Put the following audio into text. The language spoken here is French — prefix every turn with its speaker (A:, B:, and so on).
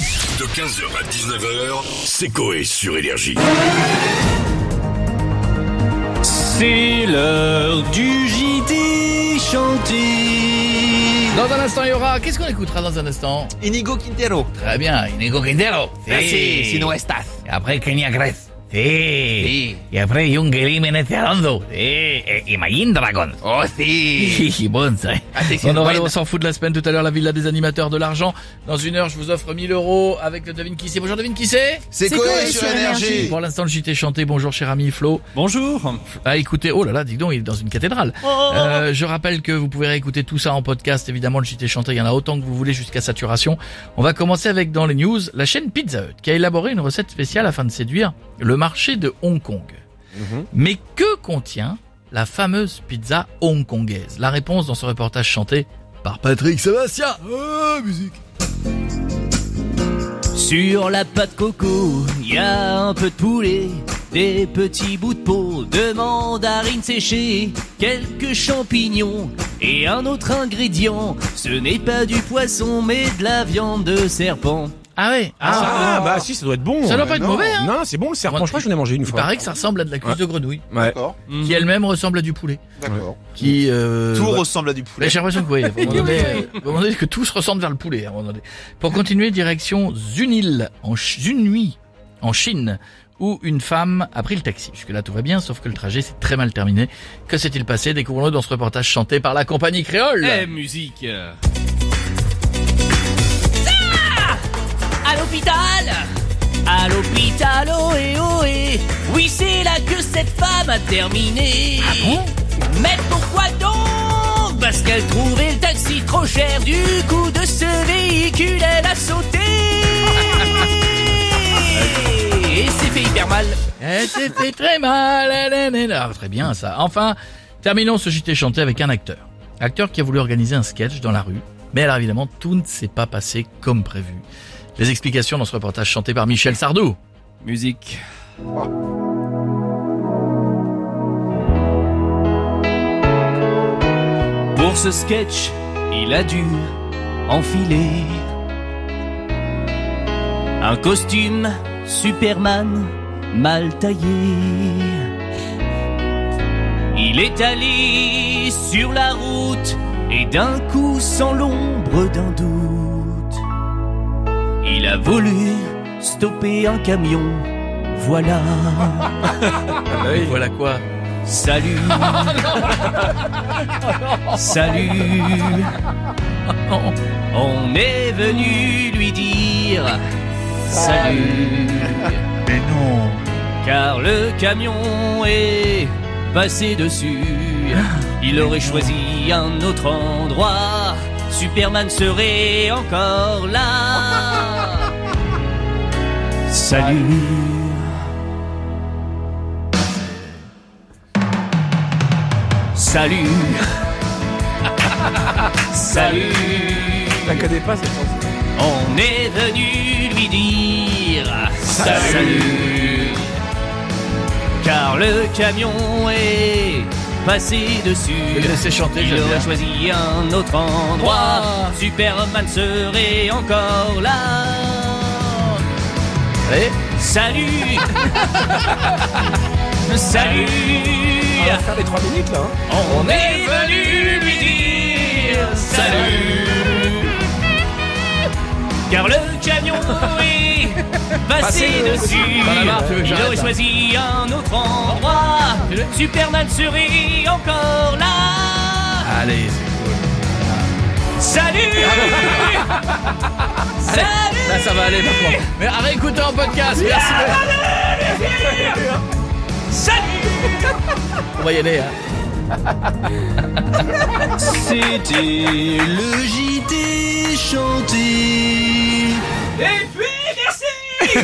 A: De 15h à 19h, c'est Coé sur Énergie.
B: C'est l'heure du JT chanté.
C: Dans un instant, il y aura. Qu'est-ce qu'on écoutera dans un instant
D: Inigo Quintero.
C: Très bien, Inigo Quintero.
B: Eh.
D: Merci,
C: Si.
D: si no estás.
C: Et après, Kenya Grace. Si. Et après, Yungeli Meneteando. Si. Et et Imagine Dragon.
D: Oh si Ah,
C: Hi, hi, bon, ça.
D: Attention,
C: On aura le
D: Gwen.
C: on s'en fout de la semaine tout à l'heure, la villa des animateurs de l'argent. Dans une heure, je vous offre 1000 euros avec le devine qui c'est. Bonjour, devine qui c'est
D: C'est
E: C'est
D: Coé
E: Coé
D: sur
E: sur
D: énergie.
C: Pour l'instant, le JT chanté. Bonjour, cher ami Flo.
B: Bonjour.
C: Ah écoutez, oh là là, dis donc, il est dans une cathédrale. Euh, je rappelle que vous pouvez réécouter tout ça en podcast, évidemment, le JT chanté, il y en a autant que vous voulez jusqu'à saturation. On va commencer avec dans les news, la chaîne Pizza Hut, qui a élaboré une recette spéciale afin de séduire le marché de Hong Kong.
F: Mhm.
C: Mais que contient la fameuse pizza hongkongaise La réponse dans ce reportage chanté par Patrick Sébastien. Euh, musique.
B: Sur la pâte coco, il y a un peu de poulet, des petits bouts de peau, de mandarines séchées, quelques champignons et un autre ingrédient. Ce n'est pas du poisson, mais de la viande de serpent.
C: Ah ouais, ah,
F: Ah, bah si, ça doit être bon.
C: Ça doit pas être
F: Non.
C: mauvais, hein.
F: Non, c'est bon le serpent. Je crois que j'en ai mangé une
C: il
F: fois.
C: paraît que ça ressemble à de la cuisse de grenouille,
F: Ouais.
E: D'accord,
C: qui elle-même ressemble à du poulet.
E: d'accord.
C: Qui, euh,
D: Tout
C: voilà.
D: ressemble à du
C: Mais
D: poulet.
C: J'ai l'impression que oui, à un moment donné, euh, à un moment donné, que tout se ressemble vers le poulet. à un moment donné. Pour continuer, direction Zunil, en Ch- Zunhui, en Chine, où une femme a pris le taxi. Jusque-là, tout va bien, sauf que le trajet s'est très mal terminé. Que s'est-il passé Découvrons-le dans ce reportage chanté par la compagnie créole.
B: musique
G: À l'hôpital À l'hôpital, oh, ohé ohé eh. Oui, c'est là que cette femme a terminé Mais pourquoi donc Parce qu'elle trouvait le taxi trop cher Du coup de ce véhicule, elle a sauté Et s'est fait hyper mal
C: Elle s'est fait Eh, très mal. eh, elle est née là. Ah, très bien ça. Enfin, terminons ce JT chanté avec un acteur. Acteur qui a voulu organiser un sketch dans la rue. Mais alors évidemment, tout ne s'est pas passé comme prévu. Les explications dans ce reportage chanté par Michel Sardou.
B: Musique. Pour ce sketch, il a dû enfiler un costume Superman mal taillé. Il est allé sur la route et d'un coup, sans l'ombre d'un doute, il a voulu stopper un camion. Voilà.
C: Voilà quoi
B: Salut. Salut. On est venu lui dire salut.
C: Mais non
B: Car le camion est passé dessus. Il aurait choisi un autre endroit. Superman serait encore là. Salut. Salut. Salut.
F: La connais pas, cette chanson.
B: On est venu lui dire salut. Car le camion est passé dessus.
C: Je vais laisser chanter,
B: Il
C: j'aime bien.
B: aurait choisi un autre endroit. Superman serait encore là.
C: Allez
B: Salut. salut.
F: On va faire les 3 minutes là. hein.
B: On est venu lui dire salut Car le camion est passé dessus
C: T'en as marre, tu veux que
B: Il
C: j'arrête,
B: aurait
C: hein
B: choisi un autre endroit
C: Fais-le.
B: Superman serait encore là
C: Allez, c'est cool.
B: Salut
C: Là,
B: Salut
C: ça va aller par contre. Mais à réécouter en podcast, merci. On va y aller. hein.
B: C'était
C: Le JT chanté.
B: Et puis merci